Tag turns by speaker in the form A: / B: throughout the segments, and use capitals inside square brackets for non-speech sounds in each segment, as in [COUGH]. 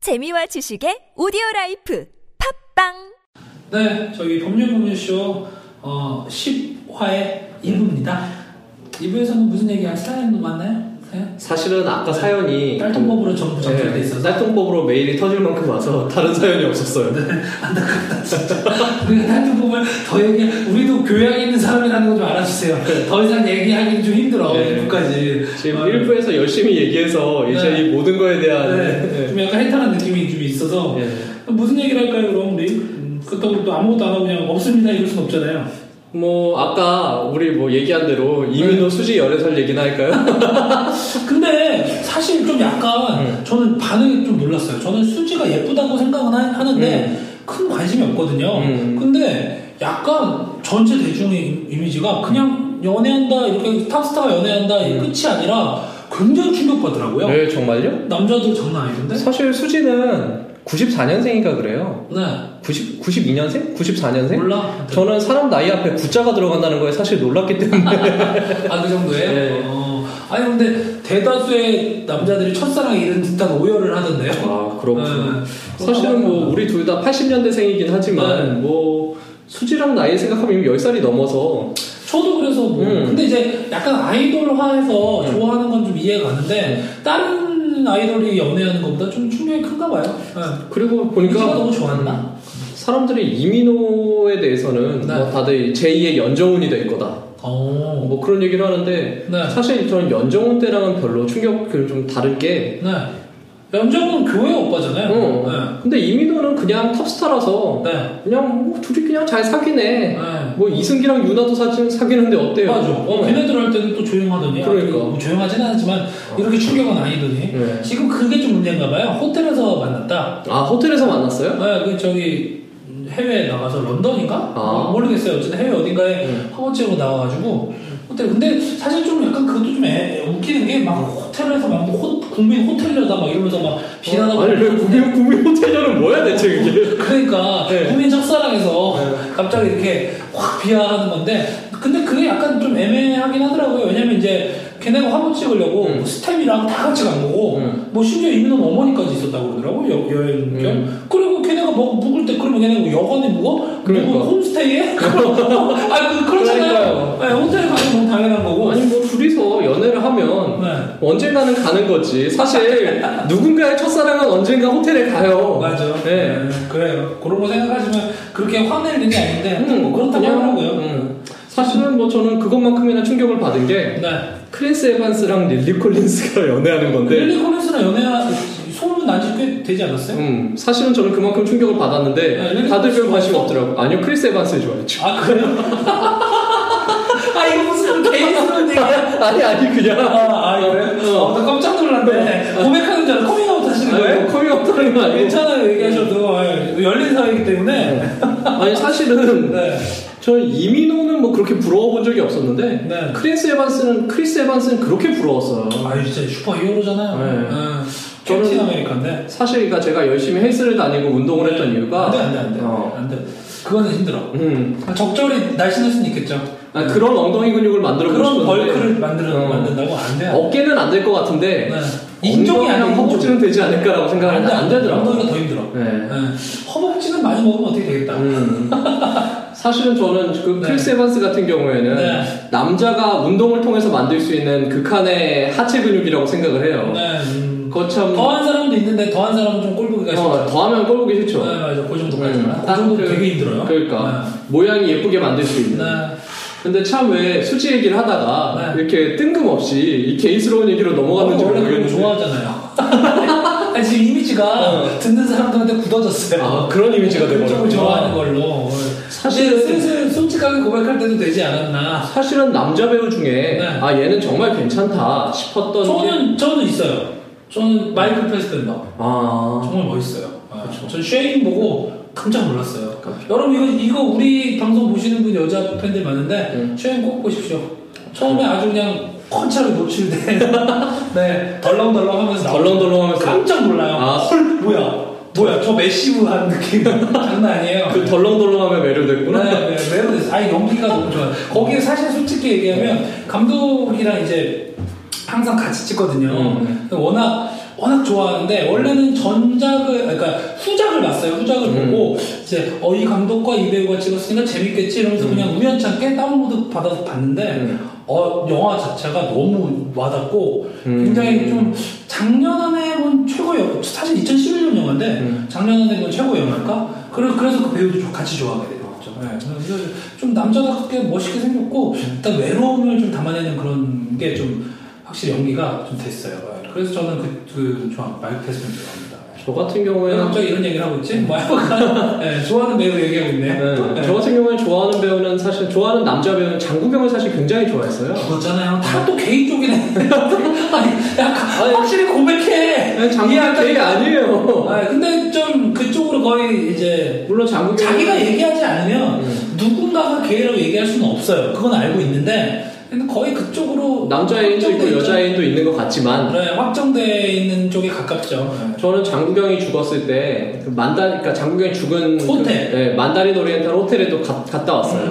A: 재미와 지식의 오디오 라이프 팝빵
B: 네, 저희 법률 법률쇼 어, 10화의 1부입니다. 2부에서는 무슨 얘기야? 사연 만나요? 사연?
C: 사실은 아까 사연이
B: 딸통법으로 전부
C: 네,
B: 네. 접수돼 있어서 [LAUGHS]
C: 딸통법으로 메일이 터질 만큼 와서 [LAUGHS] 다른 사연이 없었어요.
B: 네. 안타깝다 진짜. 우리가 그 딸통법을 더 얘기, 우리도 교양 있는 사람이라는 거 좀 알아주세요. 더 이상 얘기하기는 좀 힘들어.
C: 네.
B: 1부까지
C: 지금 1부에서 열심히 얘기해서 이제
B: 네.
C: 이 모든 거에 대한
B: 네, 좀 약간 해탈한 느낌이 좀 있어서
C: 예.
B: 무슨 얘기를 할까요 그럼 우리?
C: 음.
B: 그렇다고 또 아무것도 안 하고 그냥 없습니다 이럴 순 없잖아요.
C: 뭐 아까 우리 뭐 얘기한 대로
B: 네.
C: 이민호 수지 연애설
B: [LAUGHS]
C: 얘기나 할까요?
B: 근데 사실 좀 약간
C: 네.
B: 저는 반응이 좀 놀랐어요. 저는 수지가 예쁘다고 생각은 하- 하는데 큰 관심이 없거든요.
C: 네. 음.
B: 근데 약간 전체 대중의 이미지가 그냥 연애한다 이렇게 탑스타가 연애한다 이 끝이 아니라 굉장히 충격받더라고요.
C: 음. 네 정말요?
B: 남자들 장난 아닌데?
C: 네. 사실 수지는 94년생인가 그래요.
B: 네
C: 90 92년생? 94년생?
B: 몰라.
C: 네? 저는 사람 나이 앞에 구자가 들어간다는 거에 사실
B: [LAUGHS]
C: 놀랐기 때문에
B: 아 그 정도예요?
C: 네.
B: 어. 아니 근데 대다수의 남자들이 첫사랑에 이른 듯한 오열을 하던데요.
C: 아
B: 네.
C: 사실은 뭐 우리 둘 다 80년대생이긴 하지만
B: 네.
C: 뭐 수지랑 나이 생각하면 이미 10살이 넘어서
B: 저도 그래서 뭐
C: 음.
B: 근데 이제 약간 아이돌화해서 좋아하는 건 좀 이해가
C: 음.
B: 가는데 다른 아이돌이 연애하는 것보다 좀 충격이 큰가 봐요. 네.
C: 그리고
B: 인지가
C: 보니까 음.
B: 너무 좋았나?
C: 사람들이 이민호에 대해서는
B: 네.
C: 뭐 다들 제2의 연정훈이 될 거다
B: 어.
C: 뭐 그런 얘기를 하는데
B: 네.
C: 사실 저는 연정훈 때랑은 별로 충격을 좀 다르게
B: 네. 연정은 교회 오빠잖아요.
C: 어. 근데 이민호는 그냥 탑스타라서
B: 네. 네.
C: 그냥 뭐 둘이 그냥 잘 사귀네
B: 네.
C: 뭐 이승기랑 유나도 사실 사귀는데 어때요?
B: 맞아. 어,
C: 네.
B: 걔네들 할 때는 또 조용하더니.
C: 그러니까.
B: 뭐 조용하진 않았지만 이렇게 충격은 아니더니.
C: 네.
B: 지금 그게 좀 문제인가 봐요. 호텔에서 만났다.
C: 아 호텔에서 만났어요?
B: 네, 그 저기 해외 나가서 런던인가?
C: 아.
B: 모르겠어요. 어쨌든 해외 어딘가에
C: 음.
B: 파워치고 나와가지고 호텔. 근데 사실 좀 약간 그것도 좀 애- 웃기는 게 막 호텔에서 막뭐 호, 국민 호텔이다 막 이러면서 막 비난하고.
C: 어, 아니 왜 구미 구미 호텔녀는 뭐야 대체 그게?
B: 그러니까
C: 네.
B: 국민 첫사랑에서 갑자기 이렇게 확 비하하는 건데 근데 그게 약간 좀 애매하긴 하더라고요. 왜냐면 이제 걔네가 화보 찍으려고
C: 음.
B: 스텝이랑 다 같이 간 거고
C: 음.
B: 뭐 심지어 이민호 어머니까지 있었다고 그러더라고 여, 여행 겸 그리고 걔네가 뭐 묵을 때 그러면 걔네가 여관에 묵어?
C: 그러니까.
B: 뭐
C: [LAUGHS]
B: 홈스테이에? 아니 그, 그렇잖아요
C: 그러니까요.
B: 네, 호텔에 가면 너무 당연한 거고
C: 아니 뭐 둘이서 연애를 하면
B: 네.
C: 언젠가는 가는 거지. 사실 누군가의 첫사랑은 언젠가 호텔에 가요.
B: 맞아
C: 네.
B: 그래요 그런 거 생각하시면 그렇게 화낼 일이 아닌데 뭐 그렇다고
C: 그냥,
B: 하더라고요
C: 음. 사실은 뭐 저는 그것만큼이나 충격을 받은 게
B: 네.
C: 크리스 에반스랑 릴리 콜린스가 [LAUGHS] 연애하는 건데.
B: 릴리 콜린스랑 연애한 소문 난지 꽤 되지 않았어요?
C: 음, 사실은 저는 그만큼 충격을
B: 아, 릴리
C: 받았는데 다들
B: 콜린스
C: 별 관심 없더라고. 아니요, 크리스 에반스 좋아했죠. [LAUGHS]
B: 아 그래요? 아 이거 무슨 개인스러운 얘기야?
C: 아니 아니 그냥
B: 아, 아 그래요? 어, 나 깜짝 놀랐네. 고백하는 줄 알고 커밍아웃 하시는
C: 아니,
B: 거예요?
C: 뭐 커밍업하는 거 아니고.
B: 괜찮아요 얘기하셔도 아, 열린 사회이기 때문에
C: 네. 아니 사실은
B: 네.
C: 저는 이민호는 뭐 그렇게 부러워 본 적이 없었는데
B: 네.
C: 크리스 에반스는 크리스 에반스는 그렇게 부러웠어요.
B: 아 진짜 슈퍼 히어로잖아요
C: 네.
B: 네.
C: 저는-
B: 캡틴 아메리카인데
C: 사실 그러니까 제가 열심히 헬스를 다니고 운동을 했던 이유가
B: 네. 안돼 안돼 안돼
C: 어,
B: 안돼 그거는 힘들어
C: 음,
B: 아, 적절히 날씬할 수는 있겠죠
C: 아, 그런 엉덩이 근육을 만들어 보고
B: 그런
C: 싶었는데
B: 벌크를 만들어,
C: 어.
B: 만든다고 안돼
C: 어깨는 안 될 것 같은데
B: 네. 인종이 아니야
C: 엉덩이랑
B: 인종
C: 허벅지는 되지 않을까라고 생각하는데 안 되더라고.
B: 엉덩이가 더 힘들어.
C: 네.
B: 예. 허벅지는 많이 먹으면 어떻게 되겠다.
C: 음. [LAUGHS] 사실은 저는 그
B: 네.
C: 크리스 에반스 같은 경우에는
B: 네.
C: 남자가 운동을 통해서 만들 수 있는 극한의 하체 근육이라고 생각을 해요.
B: 네. 음.
C: 거참
B: 더한 사람도 있는데 더한 사람은 좀 꼴보기가
C: 어,
B: 싫다.
C: 더하면 꼴보기 싫죠.
B: 네, 맞아. 그 정도까지만.
C: 음.
B: 그 정도
C: 그-
B: 되게 힘들어요.
C: 그러니까 모양이 예쁘게 만들 수
B: 네. 네.
C: 있는. 근데 참 왜 수지 얘기를 하다가
B: 네.
C: 이렇게 뜬금없이 이 개인스러운 얘기로 넘어갔는지
B: 원래 그런 거
C: 모르겠는데.
B: 좋아하잖아요. [LAUGHS] 아니, 지금 이미지가
C: 어.
B: 듣는 사람들한테 굳어졌어요.
C: 아, 그런 이미지가
B: 그쪽을
C: 돼버렸구나.
B: 네. 좋아하는 걸로.
C: 사실은-
B: 이제 슬슬 솔직하게 고백할 때도 되지 않았나.
C: 사실은 남자 배우 중에
B: 네.
C: 아 얘는 정말 괜찮다 싶었던 게- 음.
B: 저는 저는 있어요. 저는 마이클 패스벤더.
C: 아
B: 정말 멋있어요. 전 쉐인 보고 깜짝 놀랐어요. 여러분 이거 이거 우리 방송 보시는 분 여자 팬들 많은데
C: 음.
B: 쉐인 꼭 보십시오. 처음에
C: 네.
B: 아주 그냥 콘차로
C: [LAUGHS]
B: 노출돼. 네, 덜렁덜렁하면서 나오죠.
C: 덜렁덜렁하면서.
B: 깜짝 놀라요.
C: 아.
B: 헐 뭐야 뭐야 저 메시브한
C: [LAUGHS]
B: 느낌 장난 아니에요.
C: 그 덜렁덜렁하며 매료됐구나.
B: 네, 네, 매우 아 연기가 너무 좋아요. 거기에 사실 솔직히
C: 네.
B: 얘기하면 감독이랑 이제 항상 같이 찍거든요.
C: 음.
B: 워낙 워낙 좋아하는데 원래는 전작을 그러니까 후작을 봤어요. 후작을
C: 음.
B: 보고 이제 어 이 감독과 이 배우가 찍었으니까 재밌겠지 이러면서 그냥 우연찮게 다운로드 받아서 봤는데
C: 음.
B: 어 영화 자체가 너무 와닿고
C: 음.
B: 굉장히 좀 작년 안에 본 최고 영화 사실 2011년 영화인데
C: 음.
B: 작년 안에 본 최고 영화일까? 그래, 그래서 그 배우도 좀 같이 좋아하게 되는 거죠. 네, 그래서 좀 남자답게 멋있게 생겼고 일단 외로움을 좀 담아내는 그런 게 좀 확실히 연기가 좀 됐어요. 네, 그래서 저는 그, 그 좋아 마이크 테스는 좋아합니다. 네.
C: 저 같은
B: 왜
C: 경우에는
B: 갑자기 이런 얘기를 하고 있지? 뭐 약간 네, 좋아하는 배우 얘기하고 있네.
C: 네, 저 같은 경우에 좋아하는 배우는 사실 좋아하는 남자 배우는 장국영을 사실 굉장히 좋아했어요.
B: 죽었잖아요. 다 또 개인 쪽이네. [LAUGHS] 아니, 약간 확실히 고백해.
C: 장국영
B: 네. 이해한다.
C: 되게 아니에요.
B: 아, 근데 좀 그쪽으로 거의 이제
C: 물론 장국영
B: 네. 자기가 얘기하지 않으면
C: 음.
B: 누군가가 게이라고 얘기할 수는 없어요. 그건 알고 있는데 근데 거의 그쪽으로
C: 남자애인도 있고
B: 확정돼
C: 여자애인도 있는 것 같지만
B: 있죠. 네, 확정돼 있는 쪽에 가깝죠.
C: 저는 장국영이 죽었을 때그 만다 그러니까 장국영이 죽은 그-
B: 호텔.
C: 네, 만다린 오리엔탈 호텔에도 가- 갔다
B: 음,
C: 왔어요.
B: 음,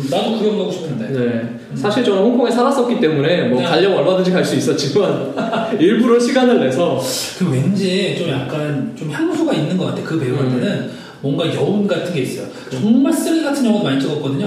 B: 음. 나도 구경 가고 싶은데.
C: 네. 사실 저는 홍콩에 살았었기 때문에 뭐
B: 네.
C: 가려면 얼마든지 갈 수 있었지만 [LAUGHS] 일부러 시간을 내서
B: 그 왠지 좀 약간 좀 향수가 있는 것 같아. 그 배우한테는
C: 음.
B: 뭔가 여운 같은 게 있어요. 정말 쓰레기 같은 영화도 많이
C: [LAUGHS]
B: 찍었거든요.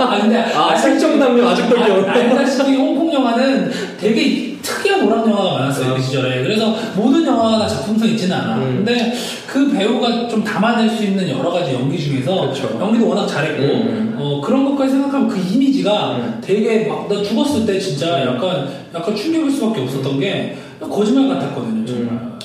B: 아 근데
C: 그 아
B: 알다시피-
C: 살짝 남녀 아직도
B: 아,
C: 기억.
B: 알다시피 홍콩 영화는 되게 특이한 오락 영화가 많았어요
C: 아.
B: 그 시절에 그래서 모든 영화가 다 작품성 있지는 않아
C: 음.
B: 근데 그 배우가 좀 담아낼 수 있는 여러 가지 연기 중에서
C: 그쵸.
B: 연기도 워낙 잘했고
C: 음.
B: 어, 그런 것까지 생각하면 그 이미지가
C: 음.
B: 되게 막 나 죽었을 때 진짜 약간 약간 충격일 수밖에 없었던 게 거짓말 같았거든요 정말
C: 음.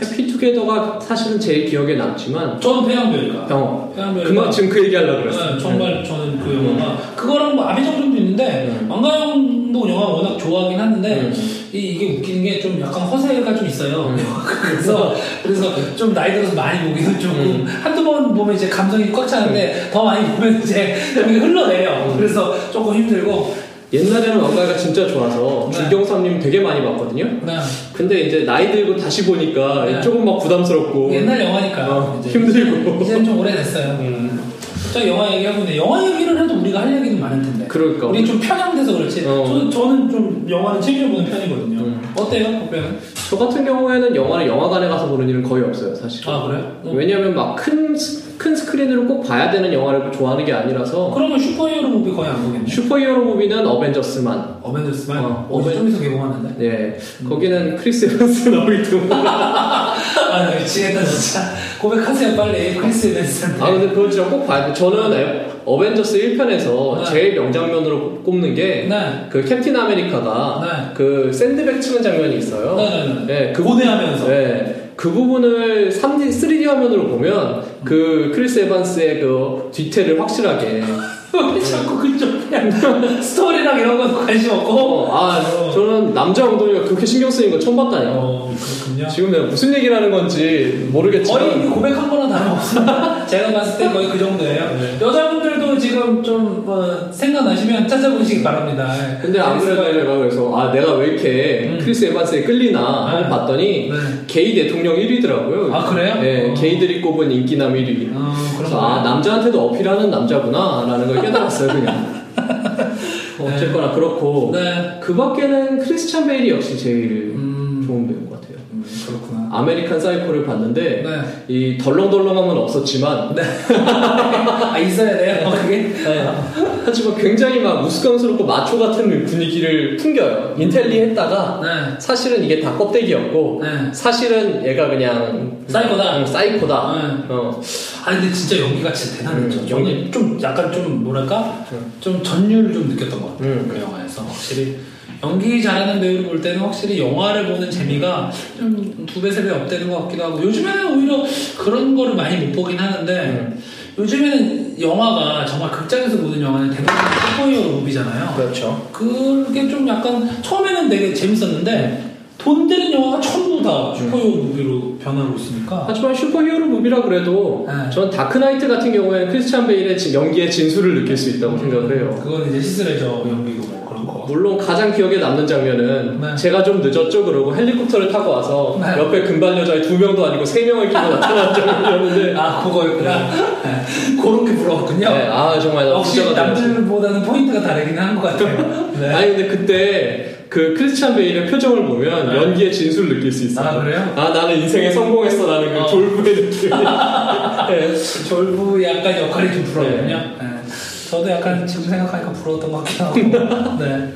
C: 해피투게더가 사실은 제 기억에 남지만
B: 저는 폐양배우니까
C: 어,
B: 폐양배우가
C: 그만 지금 그 얘기하려고 그랬어요.
B: 네, 정말 저는 그 영화가 그거랑 뭐 아비정정도 있는데
C: 음.
B: 왕가영도 영화 워낙 좋아하긴 하는데
C: 음.
B: 이, 이게 웃기는 게 좀 약간 허세가 좀 있어요
C: 네.
B: [LAUGHS] 그래서 그래서 좀 나이 들어서 많이 보기는 조금
C: 네.
B: 한두 번 보면 이제 감성이 꽉 차는데 더 많이 보면 이제 그게 흘러내요
C: 음.
B: 그래서 조금 힘들고
C: 네. 옛날에는 왕가가 진짜 좋아서
B: 네.
C: 주경삼님 되게 많이 봤거든요.
B: 그냥
C: 근데 이제 나이 들고 다시 보니까
B: 네.
C: 조금 막 부담스럽고
B: 옛날 영화니까
C: 뭐, 어,
B: 이제
C: 힘들고 음.
B: 이제는 좀 오래됐어요 저 영화 얘기하고 있는데 영화 얘기를 해도 우리가 할 얘기는 많을 텐데
C: 그러니까
B: 우리 좀 편향돼서 그렇지.
C: 어.
B: 저는, 저는 좀 영화는 챙겨 보는 편이거든요.
C: 음.
B: 어때요, 보면?
C: 저 같은 경우에는 영화를 영화관에 가서 보는 일은 거의 없어요 사실.
B: 아 그래요? 어.
C: 왜냐하면 막 큰 큰 스크린으로 꼭 봐야 되는 영화를 좋아하는 게 아니라서
B: 그러면 슈퍼히어로 무비 거의 안 보겠네.
C: 슈퍼히어로 무비는 어벤져스만
B: 어벤져스만
C: 어,
B: 어제
C: 어벤-
B: 좀 있어 개봉하는데. [LAUGHS]
C: 네
B: 음.
C: 거기는 크리스 에반스 나오기 때문에
B: 아 미치겠다 진짜. 고백하세요 빨리 크리스 에벤슨.
C: 아 근데 그걸 진짜 꼭 봐야 돼 저는 에- 어벤져스 1편에서
B: 네.
C: 제일 명장면으로 꼽는 게
B: 네.
C: 그 캡틴 아메리카가 그 샌드백 치는 장면이 있어요
B: 나는
C: 네, 그,
B: 고대하면서.
C: 네, 그 부분을 3D, 3D 화면으로 보면 그 크리스 에반스의 그 뒤태를 확실하게
B: [LAUGHS] 왜 자꾸
C: [LAUGHS]
B: 그쪽 스토리랑 이런 건 관심 없고.
C: 어, 아
B: 어.
C: 저는 남자 엉덩이가 그렇게 신경 쓰이는 거 처음 봤다니까
B: 어 그렇군요.
C: 지금 내가 무슨 얘기를 하는 건지
B: 거의
C: 모르겠지만
B: 고백한 거랑 다름없어요. [LAUGHS] 제가 봤을 때 거의 그 정도예요.
C: 네.
B: 여자분들도 지금 좀 어, 생각나시면 찾아보시기 바랍니다. 예.
C: 근데 안 그래도
B: 그래서-
C: 내가 그래서 아 내가 왜 이렇게
B: 음.
C: 크리스 에반스에 끌리나
B: 네.
C: 하고 봤더니
B: 네.
C: 게이 대통령 1위더라고요.
B: 아, 그래요?
C: 네,
B: 어.
C: 게이들이 꼽은 인기남 1위.
B: 어,
C: 그래서
B: 그래서
C: 아 남자한테도 어필하는 남자구나라는 걸 깨달았어요
B: [LAUGHS]
C: 그냥. 어쨌거나 그렇고
B: 네.
C: 그 밖에는 크리스찬 베일이 역시 제일
B: 음.
C: 좋은 배우인 것 같아요.
B: 음, 그렇구나. [LAUGHS]
C: 아메리칸 사이코를 봤는데
B: 네.
C: 이 덜렁덜렁함은 없었지만
B: 아 있어야 돼요. 그게.
C: 네. [LAUGHS] 하지만 굉장히 막 우스꽝스럽고 마초 같은 분위기를 풍겨요. 인텔리 했다가
B: 네.
C: 사실은 이게 다 껍데기였고
B: 네.
C: 사실은 얘가 그냥
B: 사이코다.
C: 응, 사이코다.
B: 네.
C: 어.
B: 아 근데 진짜 연기가 진짜 대단했죠.
C: 음,
B: 저는
C: 연기.
B: 좀 약간 좀 뭐랄까 좀 전율을 좀 느꼈던 것 같아요.
C: 음.
B: 그 영화에서 확실히 연기 잘하는 배우를 볼 때는 확실히 영화를 보는 재미가 좀 두 배 세 배 업되는 것 같기도 하고 요즘에는 오히려 그런 거를 많이 못 보긴 하는데 요즘에는 영화가 정말 극장에서 보는 영화는 대부분 슈퍼히어로 무비잖아요.
C: 그렇죠.
B: 그게 좀 약간 처음에는 되게 재밌었는데 돈 되는 영화가 전부 다 슈퍼히어로 무비로 변하고 있으니까
C: 하지만 슈퍼히어로 무비라 그래도
B: 네.
C: 전 다크나이트 같은 경우에 크리스찬 베일의 지- 연기의 진수를 느낄 수 있다고 생각을 해요.
B: 그건 이제 시스레저 연기고 뭐 그런 거
C: 물론 가장 기억에 남는 장면은
B: 네.
C: 제가 좀 늦었죠 그러고 헬리콥터를 타고 와서
B: 네.
C: 옆에 금발 여자애 두 명도 아니고 세 명을 끼고 나타난 [LAUGHS] 장면이었는데
B: 아, 그거였구나. 네. [LAUGHS] 그렇게 불러왔군요.
C: 네, 아 정말 나
B: 역시
C: 부자가 되었어요.
B: 남들보다는 포인트가 다르긴 한 것
C: [LAUGHS]
B: 같아요. 네.
C: 아니 근데 그때 그 크리스찬 베일의 표정을 보면
B: 네.
C: 연기의 진수를 느낄 수 있어요.
B: 아, 그래요?
C: 아, 나는 인생에 성공했어 라는 그
B: 어. [LAUGHS]
C: 졸부의 느낌.
B: 네, 졸부 약간 역할이 좀 부러웠군요.
C: 네.
B: 네. 저도 약간 지금 생각하니까 부러웠던 것 같기도 하고. 네.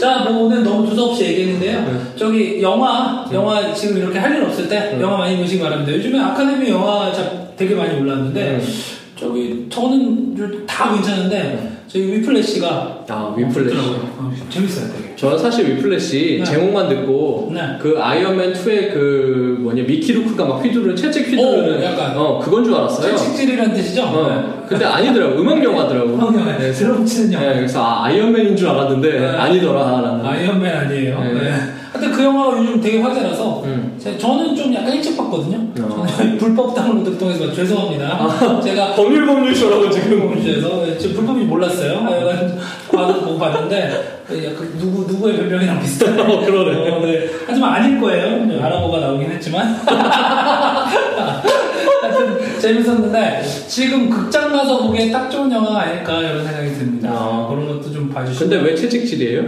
B: 자, 뭐 오늘 너무 두서없이 얘기했는데요.
C: 네.
B: 저기 영화, 영화 지금 이렇게 할 일 없을 때
C: 네.
B: 영화 많이 보시기 바랍니다. 요즘에 아카데미 영화 작 되게 많이 올랐는데
C: 네.
B: 저기 저는 요다 괜찮은데 저희 위플래시가
C: 아 윈플래시.
B: 있더라고요. 어, 재밌어요, 되게.
C: 저는 사실 윈플래시
B: 네.
C: 제목만 듣고
B: 네.
C: 그 아이언맨 2의 그 뭐냐 미키 루크가 막 휘두르는 채찍 휘두르는
B: 오, 약간.
C: 어 그건 줄 알았어요.
B: 채찍질이란 뜻이죠? 네.
C: 어 근데 아니더라고 음악 영화더라고.
B: 형님,
C: 네,
B: 드럼치는 영화.
C: 네, 그래서 아, 아이언맨인 줄 알았는데
B: 네.
C: 아니더라라는.
B: 아이언맨 아니에요.
C: 네.
B: 네. 하여튼 그 영화가 요즘 되게 화제라서
C: 음.
B: 제- 저는 좀 약간 일찍 봤거든요.
C: 어. 아.
B: 저는 [LAUGHS] 불법 다운로드 통해서 죄송합니다. 제가 [LAUGHS]
C: 법률 법률쇼라고 지금.
B: 그래서 네, 지금 불법이 몰랐어요. 하여간 과도 못 봤는데 약간 누구 누구의 변명이랑 비슷해요.
C: 어, 그러네.
B: 어, 네. 하지만 아닐 거예요. 네, 아랍어가 나오긴 했지만. [LAUGHS] 하여튼 재밌었는데 지금 극장 가서 보기에 딱 좋은 영화가 아닐까 이런 생각이 듭니다.
C: 아.
B: 그런 것도 좀 봐주시고.
C: 근데 왜 채찍질이에요?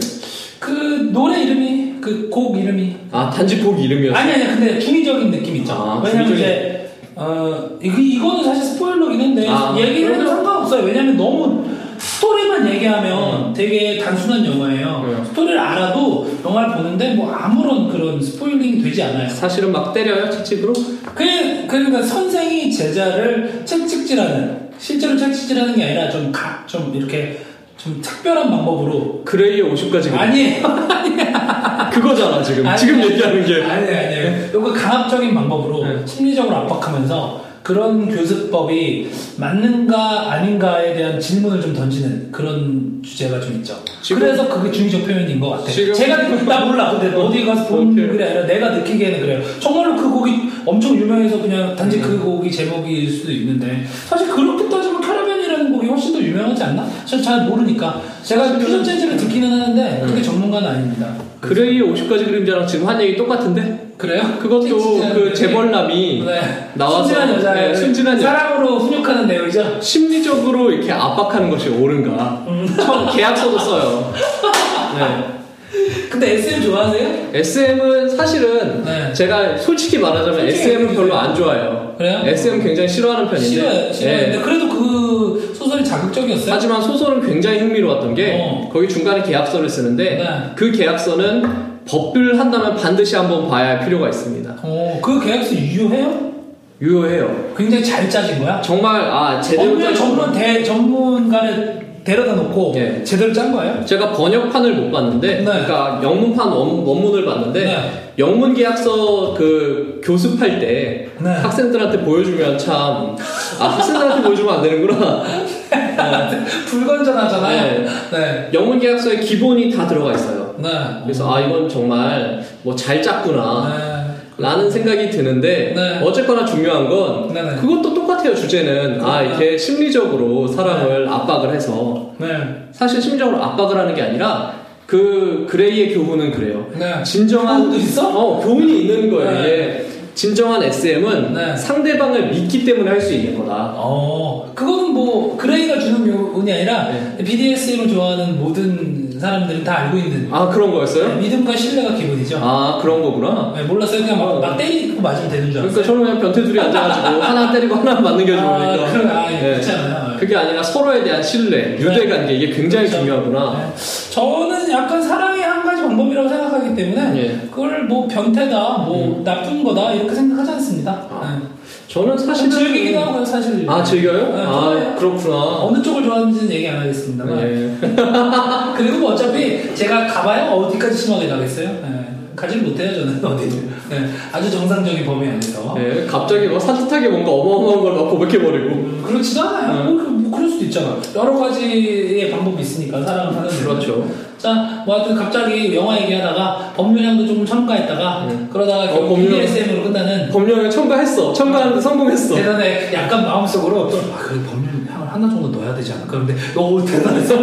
B: 그 노래 이름이 그 곡 이름이
C: 아 단지 곡 이름이었어.
B: 아니 아니 근데 중의적인 느낌 있죠.
C: 아,
B: 왜냐면
C: 중의적인-
B: 이제 어 이거, 이거는 사실 스포일러긴 한데
C: 아,
B: 얘기를 해도
C: 그럼요.
B: 상관없어요. 왜냐면 너무 스토리만 얘기하면
C: 음.
B: 되게 단순한 영화예요.
C: 네.
B: 스토리를 알아도 영화를 보는데 뭐 아무런 그런 스포일링이 되지 않아요.
C: 사실은 막 때려요 채찍으로.
B: 그, 그러니까 선생이 제자를 채찍질하는 실제로 채찍질하는 게 아니라 좀 가, 좀 이렇게 좀 특별한 방법으로
C: 그레이의 50까지.
B: 아니에요. [LAUGHS]
C: 그거잖아 지금.
B: 아니,
C: 지금
B: 아니,
C: 얘기하는 게.
B: 아니 아니 요거 강압적인 방법으로
C: 네.
B: 심리적으로 압박하면서 그런 교습법이 맞는가 아닌가에 대한 질문을 좀 던지는 그런 주제가 좀 있죠.
C: 지금-
B: 그래서 그게 중의적 표현인 것 같아요.
C: 지금-
B: 제가 나 몰라 근데 어디 가서 본
C: 오케이.
B: 그게 아니라 내가 느끼기에는 그래요. 정말로 그 곡이 엄청 유명해서 그냥 단지
C: 음.
B: 그 곡이 제목일 수도 있는데 사실 그렇게 따지면 캐러밴이라는 곡이 훨씬 더 유명하지 않나? 전 잘 모르니까 제가 퓨전 재즈를 듣기는 하는데
C: 음.
B: 그게 전문가는 아닙니다.
C: 그레이의 50가지 그림자랑 지금 한 얘기 똑같은데?
B: 그래요?
C: 그것도 그 재벌남이
B: 네.
C: 나와서
B: 순진한 여자예요.
C: 네, 순진한 여자.
B: 사랑으로 훈육하는 내용이죠.
C: 심리적으로 이렇게 압박하는 것이 옳은가? 처음 계약서도 써요. 네.
B: [LAUGHS] 근데 SM 좋아하세요?
C: SM은 사실은
B: 네.
C: 제가 솔직히 말하자면
B: 솔직히
C: SM은 별로
B: 얘기해주세요.
C: 안 좋아해요.
B: 그래요?
C: SM 굉장히 싫어하는 편인데.
B: 싫어요. 싫어요.
C: 예.
B: 근데 그래도 그 소설이 자극적이었어요.
C: 하지만 소설은 굉장히 흥미로웠던 게
B: 어.
C: 거기 중간에 계약서를 쓰는데
B: 네.
C: 그 계약서는 법을 한다면 반드시 한번 봐야 할 필요가 있습니다.
B: 어, 그 계약서 유효해요?
C: 유효해요.
B: 굉장히 잘 짜진 거야.
C: 정말 아 제대로
B: 법률
C: 짜는
B: 전문 대, 전문가를 데려다 놓고
C: 예.
B: 제대로 짠 거예요?
C: 제가 번역판을 못 봤는데,
B: 네.
C: 그러니까 영문판 원, 원문을 봤는데,
B: 네.
C: 영문 계약서 그 교습할 때
B: 네.
C: 학생들한테 보여주면 참, 아 학생들한테 보여주면 안 되는구나. [LAUGHS] 네.
B: [LAUGHS] 불건전하잖아요. 네.
C: 영문 계약서의 기본이 다 들어가 있어요.
B: 네.
C: 그래서 아 이건 정말 뭐 잘 짰구나.
B: 네.
C: 라는 생각이 드는데
B: 네.
C: 어쨌거나 중요한 건
B: 네, 네.
C: 그것도 똑같아요 주제는 아 이렇게 심리적으로 사람을 압박을 해서
B: 네.
C: 사실 심리적으로 압박을 하는 게 아니라 그 그레이의 교훈은 그래요
B: 네.
C: 진정한
B: 교훈도 있어?
C: 어 교훈이 있는 거예요.
B: 네.
C: 이게 진정한 SM은
B: 네.
C: 상대방을 믿기 때문에 할 수 있는 거다.
B: 어, 그거는 뭐 그레이가 주는 요운이 아니라
C: 네.
B: BDSM을 좋아하는 모든 사람들은 다 알고 있는
C: 아 그런 거였어요?
B: 믿음과 신뢰가 기본이죠.
C: 아 그런 거구나.
B: 네, 몰랐어요. 그냥 막,
C: 어.
B: 막 때리고 맞으면 되는 줄 알았어요.
C: 그러니까 저는 그냥
B: [LAUGHS]
C: 변태둘이 앉아가지고 하나 때리고 하나 맞는겨주고
B: 아, 그런
C: 그러니까.
B: 아, 예,
C: 네.
B: 그렇잖아요. 네.
C: 그게 아니라 서로에 대한 신뢰, 유대관계 이게 굉장히
B: 그렇죠.
C: 중요하구나.
B: 네. 저는 약간 사랑의 한 가지 방법이라고 생각하기 때문에
C: 예. 음.
B: 그걸 뭐 변태다, 뭐 나쁜 거다 이렇게 생각하지 않습니다.
C: 아,
B: 네.
C: 저는 사실은
B: 즐기기도 하고요, 사실.
C: 아 즐겨요?
B: 네,
C: 아
B: 좋아요.
C: 그렇구나.
B: 어느 쪽을 좋아하는지는 얘기 안 하겠습니다만.
C: 네.
B: 그리고 뭐 어차피 제가 가봐야 어디까지 심하게 가겠어요? 예. 가지를 못해요
C: [LAUGHS]
B: 저는 어디를 예. 아주 정상적인 범위 안에서
C: 네, 갑자기 막 산뜻하게 뭔가 어마어마한 걸 막 고백해버리고.
B: 음, 그렇지도
C: 네.
B: 않아요 뭐, 그- 뭐 그럴 수도 있잖아 여러 가지의 방법이 있으니까 사람을 하는 데는.
C: 그렇죠.
B: 자, 뭐 하여튼 갑자기 영화 얘기하다가 법률향도 조금 첨가했다가 그러다가
C: 어, 법률-
B: BDSM으로 끝나는 네.
C: 법령을 첨가했어. 첨가하는데 성공했어.
B: 대단해 약간 마음속으로 아, 그 법률향을 하나 정도 넣어야 되지 않을까? 근데 너무 대단해서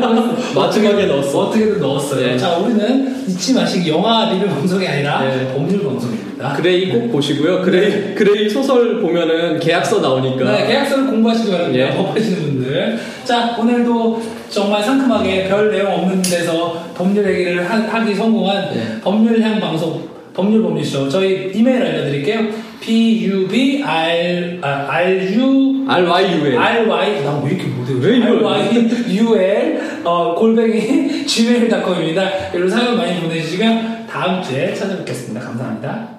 C: 마지막에 넣었어.
B: 어떻게든 [LAUGHS] 넣었어요.
C: 네.
B: 자, 우리는 잊지 마시기 영화 리뷰 방송이 아니라
C: 네.
B: 법률 방송입니다.
C: 그레이 꼭 보시고요. 그레이 그레이 소설 보면은 계약서 나오니까
B: 네, 계약서를 공부하시기 바랍니다.
C: 예.
B: 법하시는 분들. 자, 오늘도 정말 상큼하게 별 내용 없는 데서 법률 얘기를 하, 기 성공한
C: 예.
B: 법률향 방송, 법률 법률쇼. 저희 이메일 알려드릴게요. pubr, 아, ru,
C: RYUL.
B: 아, ry, 난왜 이렇게 못해요?
C: 아, 왜 이걸
B: ryul, 어, [LAUGHS] 골뱅이 gmail.com입니다. 여러분 사연 많이 보내주시고요. 다음 주에 찾아뵙겠습니다. 감사합니다.